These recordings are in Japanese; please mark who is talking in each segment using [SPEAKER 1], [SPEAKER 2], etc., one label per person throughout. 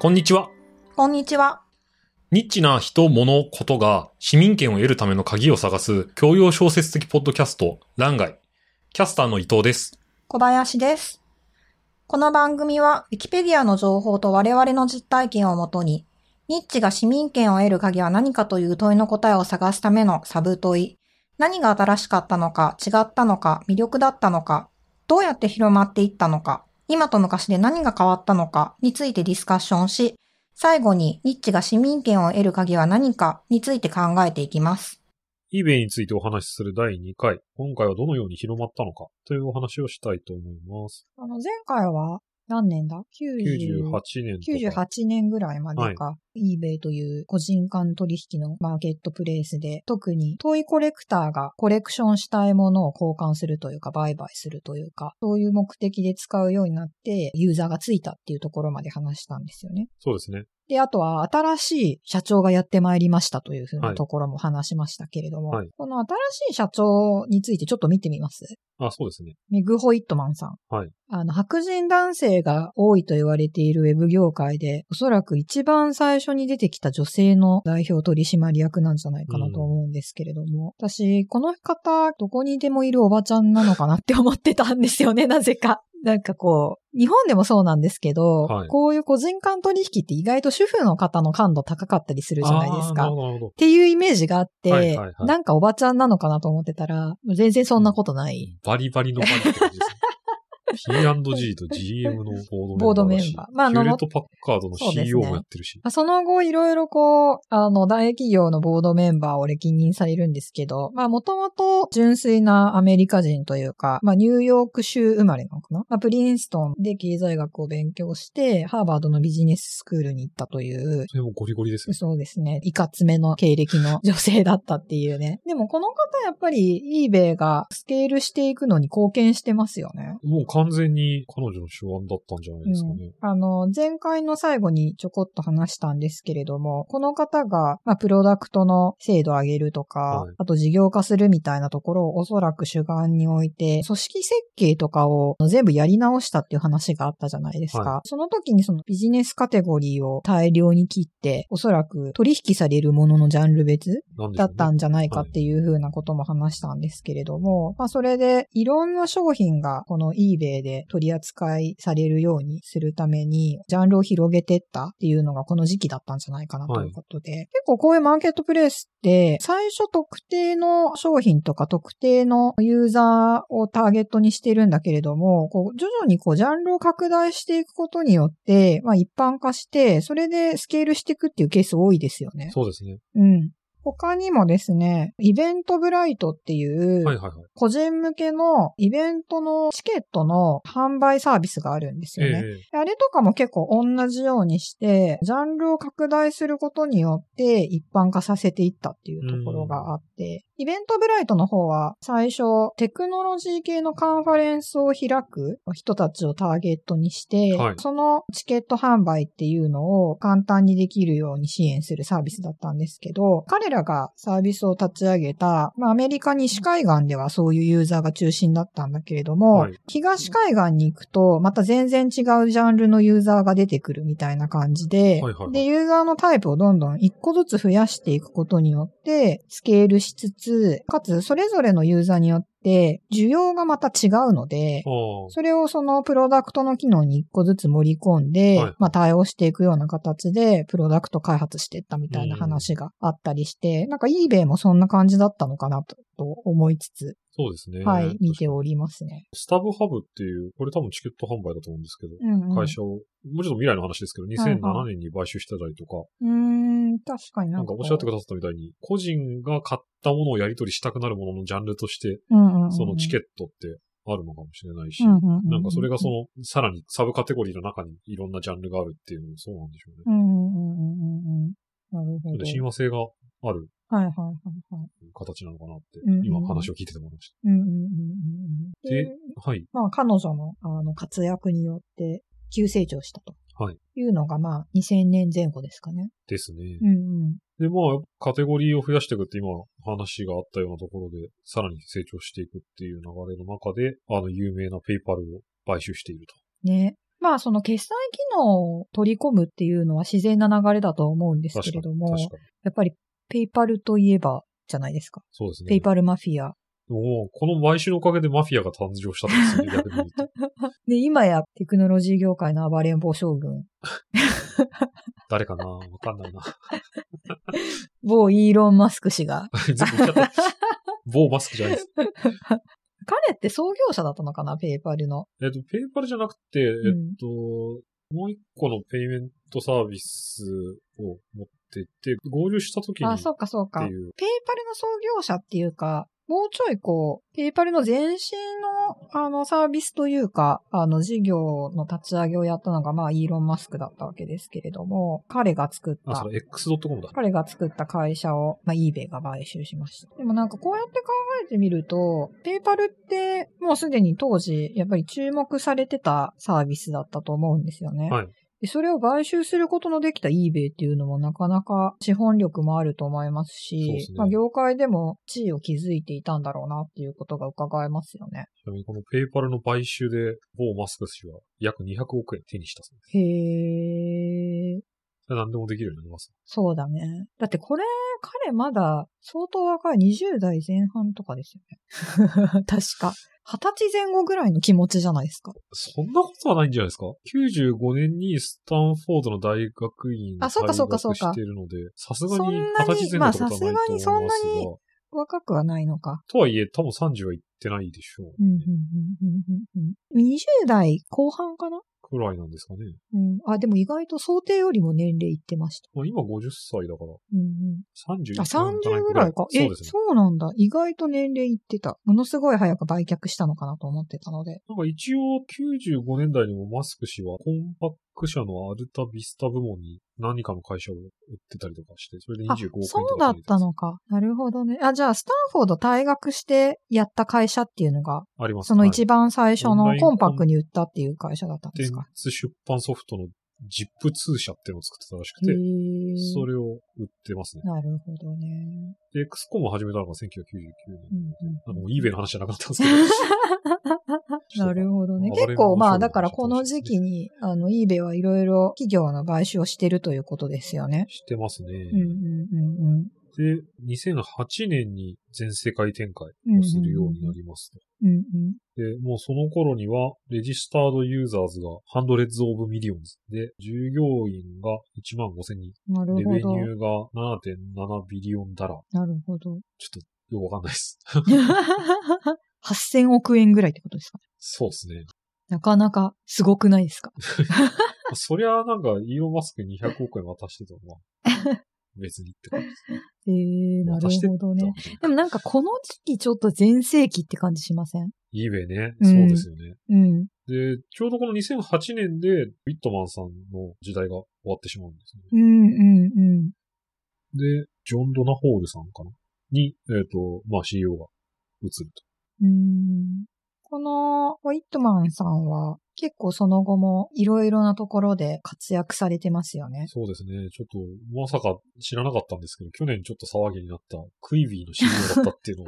[SPEAKER 1] こんにちは。
[SPEAKER 2] こんにちは。
[SPEAKER 1] ニッチな人、物、ことが市民権を得るための鍵を探す教養小説的ポッドキャスト、欄外。キャスターの伊藤です。
[SPEAKER 2] 小林です。この番組は、ウィキペディアの情報と我々の実体験をもとに、ニッチが市民権を得る鍵は何かという問いの答えを探すためのサブ問い、何が新しかったのか、違ったのか、魅力だったのか、どうやって広まっていったのか、今と昔で何が変わったのかについてディスカッションし、最後にニッチが市民権を得る鍵は何かについて考えていきます。
[SPEAKER 1] eBay についてお話しする第2回。今回はどのように広まったのかというお話をしたいと思います。
[SPEAKER 2] あの、前回は何年だ
[SPEAKER 1] 98年とか。
[SPEAKER 2] 98年ぐらいまでか、eBay という個人間取引のマーケットプレイスで、特にトイコレクターがコレクションしたいものを交換するというか、売買するというか、そういう目的で使うようになって、ユーザーがついたっていうところまで話したんですよね。
[SPEAKER 1] そうですね。
[SPEAKER 2] で、あとは新しい社長がやってまいりましたというふう
[SPEAKER 1] は
[SPEAKER 2] ないところも話しましたけれども、
[SPEAKER 1] はい
[SPEAKER 2] この新しい社長についてちょっと見てみます
[SPEAKER 1] あ、そうですね。
[SPEAKER 2] メグ・ホイットマンさん。
[SPEAKER 1] はい
[SPEAKER 2] あの、白人男性が多いと言われているウェブ業界で、おそらく一番最初に出てきた女性の代表取締役なんじゃないかなと思うんですけれども、私、この方、どこにでもいるおばちゃんなのかなって思ってたんですよね、な ぜか。なんかこう、日本でもそうなんですけど、
[SPEAKER 1] はい
[SPEAKER 2] こういう個人間取引って意外と主婦の方の感度高かったりするじゃないです
[SPEAKER 1] あ
[SPEAKER 2] か
[SPEAKER 1] ー。なるほど、なるほ
[SPEAKER 2] っていうイメージがあって、
[SPEAKER 1] はいはいはい
[SPEAKER 2] なんかおばちゃんなのかなと思ってたら、全然そんなことない
[SPEAKER 1] ど。バリバリのバリって感じですね。P&G と GM のボ
[SPEAKER 2] ボ
[SPEAKER 1] ー
[SPEAKER 2] ー
[SPEAKER 1] ド
[SPEAKER 2] ド
[SPEAKER 1] メンバーだ
[SPEAKER 2] メ
[SPEAKER 1] し。
[SPEAKER 2] ンバーまああ
[SPEAKER 1] ヒュ
[SPEAKER 2] の
[SPEAKER 1] ーレット・パッカードの
[SPEAKER 2] そうです
[SPEAKER 1] CEO
[SPEAKER 2] ね
[SPEAKER 1] もやってるし。
[SPEAKER 2] まあその後、いろいろこう、あの、大企業のボードメンバーを歴任されるんですけど、まあ、もともと純粋なアメリカ人というか、まあ、ニューヨーク州生まれなのかな、まあ、プリンストンで経済学を勉強して、ハーバードのビジネススクールに行ったという、
[SPEAKER 1] それもゴリゴリですね。
[SPEAKER 2] そうですね。いかつめの経歴の女性だったっていうね。でもこの方やっぱり eBay がスケールしていくのに貢献してますよね。
[SPEAKER 1] もう完全に彼女の手腕だったんじゃないですかね。
[SPEAKER 2] うん、あの、前回の最後にちょこっと話したんですけれども、この方が、まあ、プロダクトの精度を上げるとか、
[SPEAKER 1] はい
[SPEAKER 2] あと事業化するみたいなところをおそらく主眼に置いて、組織設計とかを全部やり直したっていう話があったじゃないですか。
[SPEAKER 1] は
[SPEAKER 2] その時にそのビジネスカテゴリーを大量に切って、おそらく取引されるもののジャンル別
[SPEAKER 1] なんでし
[SPEAKER 2] だ
[SPEAKER 1] ょう
[SPEAKER 2] った
[SPEAKER 1] ね。
[SPEAKER 2] んじゃないかっていうふうなことも話したんですけれども、まあそれでいろんな商品がこの eBay で取り扱いされるようにするために、ジャンルを広げてったっていうのがこの時期だったんじゃないかなということで、結構こういうマーケットプレイスって最初特定の商品とか特定のユーザーをターゲットにしてるんだけれども、こう徐々にこうジャンルを拡大していくことによって、まあ一般化して、それでスケールしていくっていうケース多いですよね。
[SPEAKER 1] そうですね。
[SPEAKER 2] うん。他にもですね、イベントブライトってい、
[SPEAKER 1] はいうはいはい。
[SPEAKER 2] 個人向けのイベントのチケットの販売サービスがあるんですよね。
[SPEAKER 1] ええ
[SPEAKER 2] あれとかも結構同じようにして、ジャンルを拡大することによって一般化させていったっていうところがあって、イベントブライトの方は最初テクノロジー系のカンファレンスを開く人たちをターゲットにして、
[SPEAKER 1] はい
[SPEAKER 2] そのチケット販売っていうのを簡単にできるように支援するサービスだったんですけど、彼らがサービスを立ち上げた、まあ、アメリカ西海岸ではそういうユーザーが中心だったんだけれども、
[SPEAKER 1] はい
[SPEAKER 2] 東海岸に行くと、また全然違うジャンルのユーザーが出てくるみたいな感じで、
[SPEAKER 1] はいはいはい
[SPEAKER 2] で、ユーザーのタイプをどんどん一個ずつ増やしていくことによって、スケールしつつ、かつそれぞれのユーザーによって、需要がまた違うので、
[SPEAKER 1] ああ
[SPEAKER 2] それをそのプロダクトの機能に一個ずつ盛り込んで、
[SPEAKER 1] はい
[SPEAKER 2] まあ対応していくような形でプロダクト開発していったみたいな話があったりして、なんか eBay もそんな感じだったのかなとと思いつつ、
[SPEAKER 1] そうですね。
[SPEAKER 2] はい、見ておりますね。
[SPEAKER 1] スタブハブっていう、これ多分チケット販売だと思うんですけど、
[SPEAKER 2] うん、うん。
[SPEAKER 1] 会社を、もうちょっと未来の話ですけど、
[SPEAKER 2] はい
[SPEAKER 1] 2007年に買収してたりとか、
[SPEAKER 2] うーん、確かにな
[SPEAKER 1] なん
[SPEAKER 2] ん
[SPEAKER 1] か
[SPEAKER 2] かこう。
[SPEAKER 1] おっしゃってくださったみたいに、個人が買ったものをやり取りしたくなるもののジャンルとして、
[SPEAKER 2] うんうんうん、
[SPEAKER 1] そのチケ
[SPEAKER 2] ッ
[SPEAKER 1] ットってあるのかもしれないし、
[SPEAKER 2] うんうんうん、
[SPEAKER 1] なんかそれがその、さらにサブカテゴリーの中にいろんなジャンルがあるっていうのもそうなんでしょうね。
[SPEAKER 2] うんうんうんうんうん。なるほど。
[SPEAKER 1] 親和性がある
[SPEAKER 2] はいはいはいはい。
[SPEAKER 1] 形なのかなって、
[SPEAKER 2] うんうん
[SPEAKER 1] 今話を聞いてて思いまし
[SPEAKER 2] うんうんうんうんうん。
[SPEAKER 1] でた。はい。
[SPEAKER 2] まあ、彼女のあの活躍によって急成長したと。
[SPEAKER 1] はい。
[SPEAKER 2] いうのが、まあ、2000年前後ですかね。
[SPEAKER 1] ですね。
[SPEAKER 2] うんうん。
[SPEAKER 1] で、まあ、カテゴリーを増やしていくって今話があったようなところで、さらに成長していくっていう流れの中で、あの、有名なペイパルを買収していると。
[SPEAKER 2] ね。まあ、その決済機能を取り込むっていうのは自然な流れだと思うんです
[SPEAKER 1] 確
[SPEAKER 2] け
[SPEAKER 1] か
[SPEAKER 2] れ
[SPEAKER 1] に。
[SPEAKER 2] ども、
[SPEAKER 1] 確かに。
[SPEAKER 2] やっぱりペイパルといえばじゃないですか。
[SPEAKER 1] そうですね。
[SPEAKER 2] ペイパルマフィア。
[SPEAKER 1] おーこの買収のおかげでマフィアが誕生したんですね、逆に言うと。
[SPEAKER 2] で、今やテクノロジー業界の暴れん坊将軍、
[SPEAKER 1] 誰かなわかんない な。
[SPEAKER 2] 某イーロン・マスク氏が、
[SPEAKER 1] 全部言っち ゃった。某マスクじゃないです。
[SPEAKER 2] 彼って創業者だったのかな、ペイパルの。
[SPEAKER 1] えっと、ペイパルじゃなくて、え
[SPEAKER 2] う
[SPEAKER 1] っ
[SPEAKER 2] ん。
[SPEAKER 1] と、もう一個のペイメントサービスを持っていて、合流した時に
[SPEAKER 2] あ、
[SPEAKER 1] っ
[SPEAKER 2] そうかそう
[SPEAKER 1] て
[SPEAKER 2] か。
[SPEAKER 1] いう。
[SPEAKER 2] ペイパルの創業者っていうか、もうちょいこう、ペイパルの前身の、あの、サービスというか、あの、事業の立ち上げをやったのが、まあ、イーロン・マスクだったわけですけれども、彼が作っ
[SPEAKER 1] あ、
[SPEAKER 2] た
[SPEAKER 1] そ、れ X.com だ。
[SPEAKER 2] 彼が作った会社を、まあ、eBay が買収しました。でもなんかこうやって考えてみると、ペイパルってもうすでに当時、やっぱり注目されてたサービスだったと思うんですよね。
[SPEAKER 1] はい
[SPEAKER 2] でそれを買収することのできた eBay っていうのもなかなか資本力もあると思いますし、
[SPEAKER 1] そうですね
[SPEAKER 2] まあ業界でも地位を築いていたんだろうなっていうことが伺えますよね。
[SPEAKER 1] ちなみにこのペイパルの買収で、某マスク氏は約200億円手にしたそうです。
[SPEAKER 2] へー。
[SPEAKER 1] それ何でもできるようになります。
[SPEAKER 2] そうだね。だってこれ、彼まだ相当若い20代前半とかですよね。 確か。20歳前後ぐらいの気持ちじゃないですか。
[SPEAKER 1] そんなことはないんじゃないですか ?95 年にスタンフォードの大学院に
[SPEAKER 2] あそうかそうかそうか
[SPEAKER 1] してるので、さすが
[SPEAKER 2] そ
[SPEAKER 1] に
[SPEAKER 2] んなに
[SPEAKER 1] 二十歳前後ってことはないと思いますが、
[SPEAKER 2] まあさすがにそんなに若くはないのか。
[SPEAKER 1] とはいえ多分30はいってないでしょう。
[SPEAKER 2] うんうんうんうんうんうん20代後半かな
[SPEAKER 1] くらいなんですかね。
[SPEAKER 2] うん。あ、でも意外と想定よりも年齢いってました。
[SPEAKER 1] まあ、今50歳だから、
[SPEAKER 2] うんうん、
[SPEAKER 1] 31
[SPEAKER 2] あ、30ぐらいか。
[SPEAKER 1] そ
[SPEAKER 2] え
[SPEAKER 1] う、ですね。
[SPEAKER 2] そうなんだ。意外と年齢いってた。ものすごい早く売却したのかなと思ってたので。
[SPEAKER 1] なんか一応95年代にもマスク氏はコンパック社のアルタビスタ部門に何かの会社を売ってたりとかして、それで25
[SPEAKER 2] あ
[SPEAKER 1] 億円とか、
[SPEAKER 2] そうだったのか。なるほどね。あ、じゃあ、スタンフォード退学してやった会社っていうのが、
[SPEAKER 1] あります
[SPEAKER 2] その
[SPEAKER 1] はい
[SPEAKER 2] 一番最初
[SPEAKER 1] オンラ
[SPEAKER 2] の
[SPEAKER 1] イン
[SPEAKER 2] コンパックに売ったっていう会社だったんで
[SPEAKER 1] 電
[SPEAKER 2] すか。
[SPEAKER 1] 通出版ソフトの ZIP2 社っていうのを作ってたらしくて、
[SPEAKER 2] へー
[SPEAKER 1] それを売ってますね。
[SPEAKER 2] なるほどね。
[SPEAKER 1] で、XCOM を始めたのが1999年。
[SPEAKER 2] うん
[SPEAKER 1] あ
[SPEAKER 2] うん
[SPEAKER 1] の、eBay の話じゃなくなったんですけど。
[SPEAKER 2] なるほどね。
[SPEAKER 1] 暴れ
[SPEAKER 2] 結
[SPEAKER 1] ん坊将
[SPEAKER 2] 構
[SPEAKER 1] 軍
[SPEAKER 2] まあ、だからこの時期に、あの、eBay はいろいろ企業の買収をしてるということですよね。
[SPEAKER 1] してますね。
[SPEAKER 2] うんうんうんうん。
[SPEAKER 1] で、2008年に全世界展開
[SPEAKER 2] うんうん
[SPEAKER 1] をするようになりますと。
[SPEAKER 2] うんうん。
[SPEAKER 1] で、もうその頃には、レジスタードユーザーズがハンドレッズオブミリオンズで、従業員が1万5000人、
[SPEAKER 2] なる
[SPEAKER 1] レ
[SPEAKER 2] ほ
[SPEAKER 1] ベニ
[SPEAKER 2] ど。
[SPEAKER 1] ューが7.7ビリオンダラー。
[SPEAKER 2] なるほど。
[SPEAKER 1] ちょっとよくわかんないです。
[SPEAKER 2] 8000億円ぐらいってことですか
[SPEAKER 1] そうですね。
[SPEAKER 2] なかなかすごくないですか
[SPEAKER 1] まあそりゃ、なんか、イーロンマスクに200億円渡してても、 まあ、別にって感じです。
[SPEAKER 2] えー、なる
[SPEAKER 1] 渡して
[SPEAKER 2] ほど
[SPEAKER 1] た
[SPEAKER 2] ね
[SPEAKER 1] わ。
[SPEAKER 2] でもなんかこの時期ちょっと全盛期って感じしません
[SPEAKER 1] eBay ね。
[SPEAKER 2] う
[SPEAKER 1] そ
[SPEAKER 2] ん
[SPEAKER 1] うですよね。
[SPEAKER 2] うん。
[SPEAKER 1] で、ちょうどこの2008年で、ウィットマンさんの時代が終わってしまうんですね。
[SPEAKER 2] うん、うん、うん。
[SPEAKER 1] で、ジョン・ドナホールさんかなに、えっ、と、まあ CEO が移ると。
[SPEAKER 2] うんこのホイットマンさんは結構その後もいろいろなところで活躍されてますよね。
[SPEAKER 1] そうですね。ちょっと、まさか知らなかったんですけど、去年ちょっと騒ぎになったクイビーの CEO だったっていうのを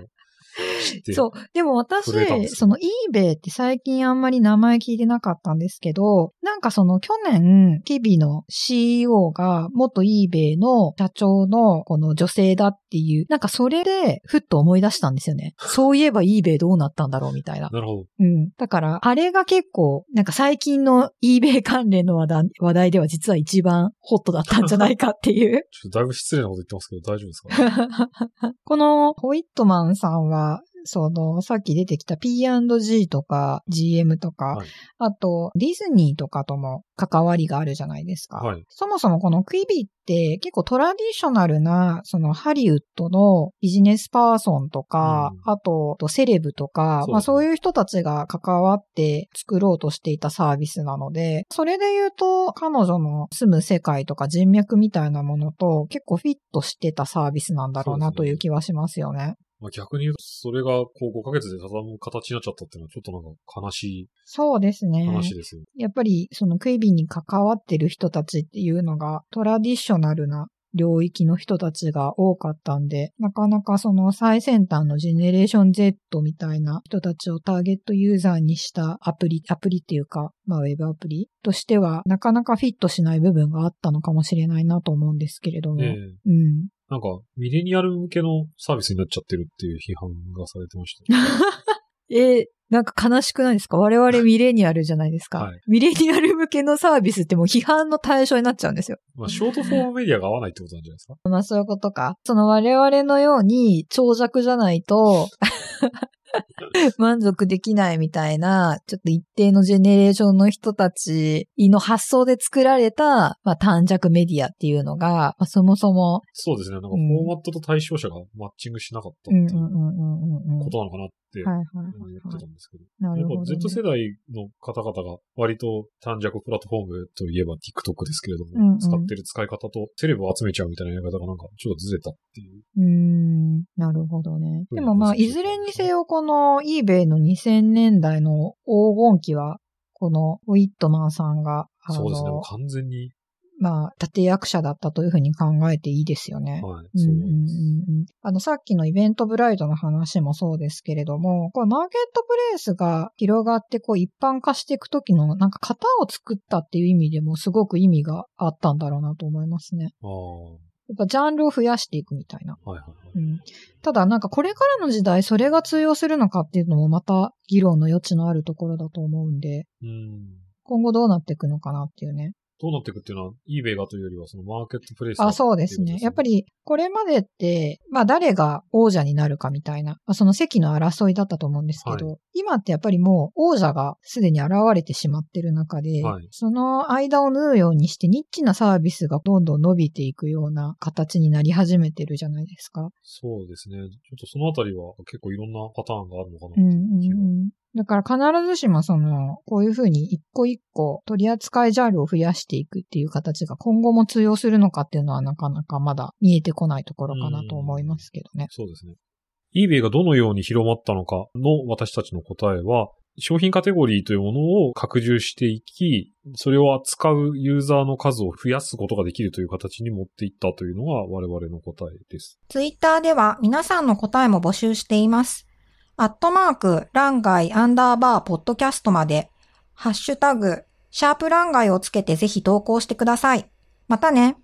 [SPEAKER 1] 知って。
[SPEAKER 2] そう。でも私
[SPEAKER 1] 震えたんで、すよ
[SPEAKER 2] その eBay って最近あんまり名前聞いてなかったんですけど、なんかその去年、キビの CEO が元 eBay の社長のこの女性だっていう、なんかそれでふっと思い出したんです よね。そういえば eBay どうなったんだろうみたいな。
[SPEAKER 1] なるほど。
[SPEAKER 2] うん。だから、あれが結構、なんか最近の eBay 関連の話題話題では実は一番ホットだったんじゃないかってい
[SPEAKER 1] ち
[SPEAKER 2] う。
[SPEAKER 1] ょっとだいぶ失礼なこと言ってますけど、大丈夫ですか、 ね、
[SPEAKER 2] このホイットマンさんは、その、さっき出てきた P&G とか GM とか、
[SPEAKER 1] はい
[SPEAKER 2] あとディズニーとかとも関わりがあるじゃないですか。
[SPEAKER 1] はい。
[SPEAKER 2] そもそもこのクイビって結構トラディショナルな、そのハリウッドのビジネスパーソンとか、
[SPEAKER 1] うん
[SPEAKER 2] あとセレブと
[SPEAKER 1] そうで
[SPEAKER 2] か、
[SPEAKER 1] すね
[SPEAKER 2] まあそういう人たちが関わって作ろうとしていたサービスなので、それで言うと彼女の住む世界とか人脈みたいなものと結構フィットしてたサービスなんだろうな
[SPEAKER 1] そうです
[SPEAKER 2] と
[SPEAKER 1] ね
[SPEAKER 2] いう気はしますよね。
[SPEAKER 1] まあ、逆に言うと、それがこう5ヶ月で畳む形になっちゃったっていうのは、ちょっとなんか悲し
[SPEAKER 2] そうですね。
[SPEAKER 1] い話ですよね。
[SPEAKER 2] やっぱりそのクイビに関わってる人たちっていうのがトラディショナルな領域の人たちが多かったんで、なかなかその最先端のジェネレーション Z みたいな人たちをターゲットユーザーにしたアプリ、アプリっていうか、まあウェブアプリとしては、なかなかフィットしない部分があったのかもしれないなと思うんですけれども。
[SPEAKER 1] ええ
[SPEAKER 2] うん。
[SPEAKER 1] なんか、ミレニアル向けのサービスになっちゃってるっていう批判がされてました ね。
[SPEAKER 2] えーなんか悲しくないですか我々ミレニアルじゃないですか。
[SPEAKER 1] はい
[SPEAKER 2] ミレニアル向けのサービスってもう批判の対象になっちゃうんですよ。
[SPEAKER 1] まあ、ショートフォームメディアが合わないってことなんじゃないですか
[SPEAKER 2] まあそういうことか。その我々のように長尺じゃな いと満足できないみたいな、ちょっと一定のジェネレーションの人たちの発想で作られた、まあ、短尺メディアっていうのが、まあ、そもそも、
[SPEAKER 1] そうですね。なんか、フ
[SPEAKER 2] う
[SPEAKER 1] ォ
[SPEAKER 2] ん
[SPEAKER 1] ーマットと対象者がマッチングしなかったって
[SPEAKER 2] う
[SPEAKER 1] い
[SPEAKER 2] んうんう
[SPEAKER 1] うん
[SPEAKER 2] うんうんうん。
[SPEAKER 1] ことなのかなって
[SPEAKER 2] はいはい
[SPEAKER 1] 思ってたんですけど。
[SPEAKER 2] な
[SPEAKER 1] や
[SPEAKER 2] る
[SPEAKER 1] っぱ
[SPEAKER 2] ほど、ね。
[SPEAKER 1] Z 世代の方々が割と短尺プラットフォームといえば TikTok ですけれども、
[SPEAKER 2] うんうん
[SPEAKER 1] 使ってる使い方とセレブを集めちゃうみたいなやり方がなんかちょっとずれたっていう。
[SPEAKER 2] うーん、なるほどね。
[SPEAKER 1] うん
[SPEAKER 2] でもまあ、いずれにせよ、この eBay の2000年代の黄金期は、このウィットマンさんが、あの
[SPEAKER 1] そうですね。もう完全に。
[SPEAKER 2] まあ、立役者だったというふうに考えていいですよ
[SPEAKER 1] は
[SPEAKER 2] ね。
[SPEAKER 1] い。
[SPEAKER 2] うん
[SPEAKER 1] そううん
[SPEAKER 2] うんうんあの、さっきのイベントブライドの話もそうですけれども、これマーケットプレイスが広がってこう一般化していくときのなんか型を作ったっていう意味でもすごく意味があったんだろうなと思いますね。
[SPEAKER 1] ああ。
[SPEAKER 2] やっぱジャンルを増やしていくみたいな。
[SPEAKER 1] はいはいはい。
[SPEAKER 2] うん、ただなんかこれからの時代それが通用するのかっていうのもまた議論の余地のあるところだと思うんで、
[SPEAKER 1] うん。
[SPEAKER 2] 今後どうなっていくのかなっていうね。
[SPEAKER 1] どうなっていくっていうのは eBay がというよりはそのマーケットプレイスが
[SPEAKER 2] あ、そうです
[SPEAKER 1] っていうことです
[SPEAKER 2] ね。
[SPEAKER 1] ね
[SPEAKER 2] やっぱり、これまでって、まあ誰が王者になるかみたいな、まあ、その席の争いだったと思うんですけど、今ってやっぱりもう王者がすでに現れてしまってる中で、
[SPEAKER 1] はい
[SPEAKER 2] その間を縫うようにしてニッチなサービスがどんどん伸びていくような形になり始めてるじゃないですか。
[SPEAKER 1] そうですね。ちょっとそのあたりは結構いろんなパターンがあるのかなって
[SPEAKER 2] う
[SPEAKER 1] い
[SPEAKER 2] んう
[SPEAKER 1] うん気が
[SPEAKER 2] うんだから必ずしもその、こういうふうに一個一個取り扱いジャンルを増やしていくっていう形が今後も通用するのかっていうのはなかなかまだ見えてこないところかなと思いますけどね。
[SPEAKER 1] そうですね。eBay がどのように広まったのかの私たちの答えは、商品カテゴリーというものを拡充していき、それを扱うユーザーの数を増やすことができるという形に持っていったというのが我々の答えです。
[SPEAKER 3] ツイッターでは皆さんの答えも募集しています。アットマーク、ランガイアンダーバーポッドキャストまで、ハッシュタグ、シャープランガイをつけてぜひ投稿してください。またね。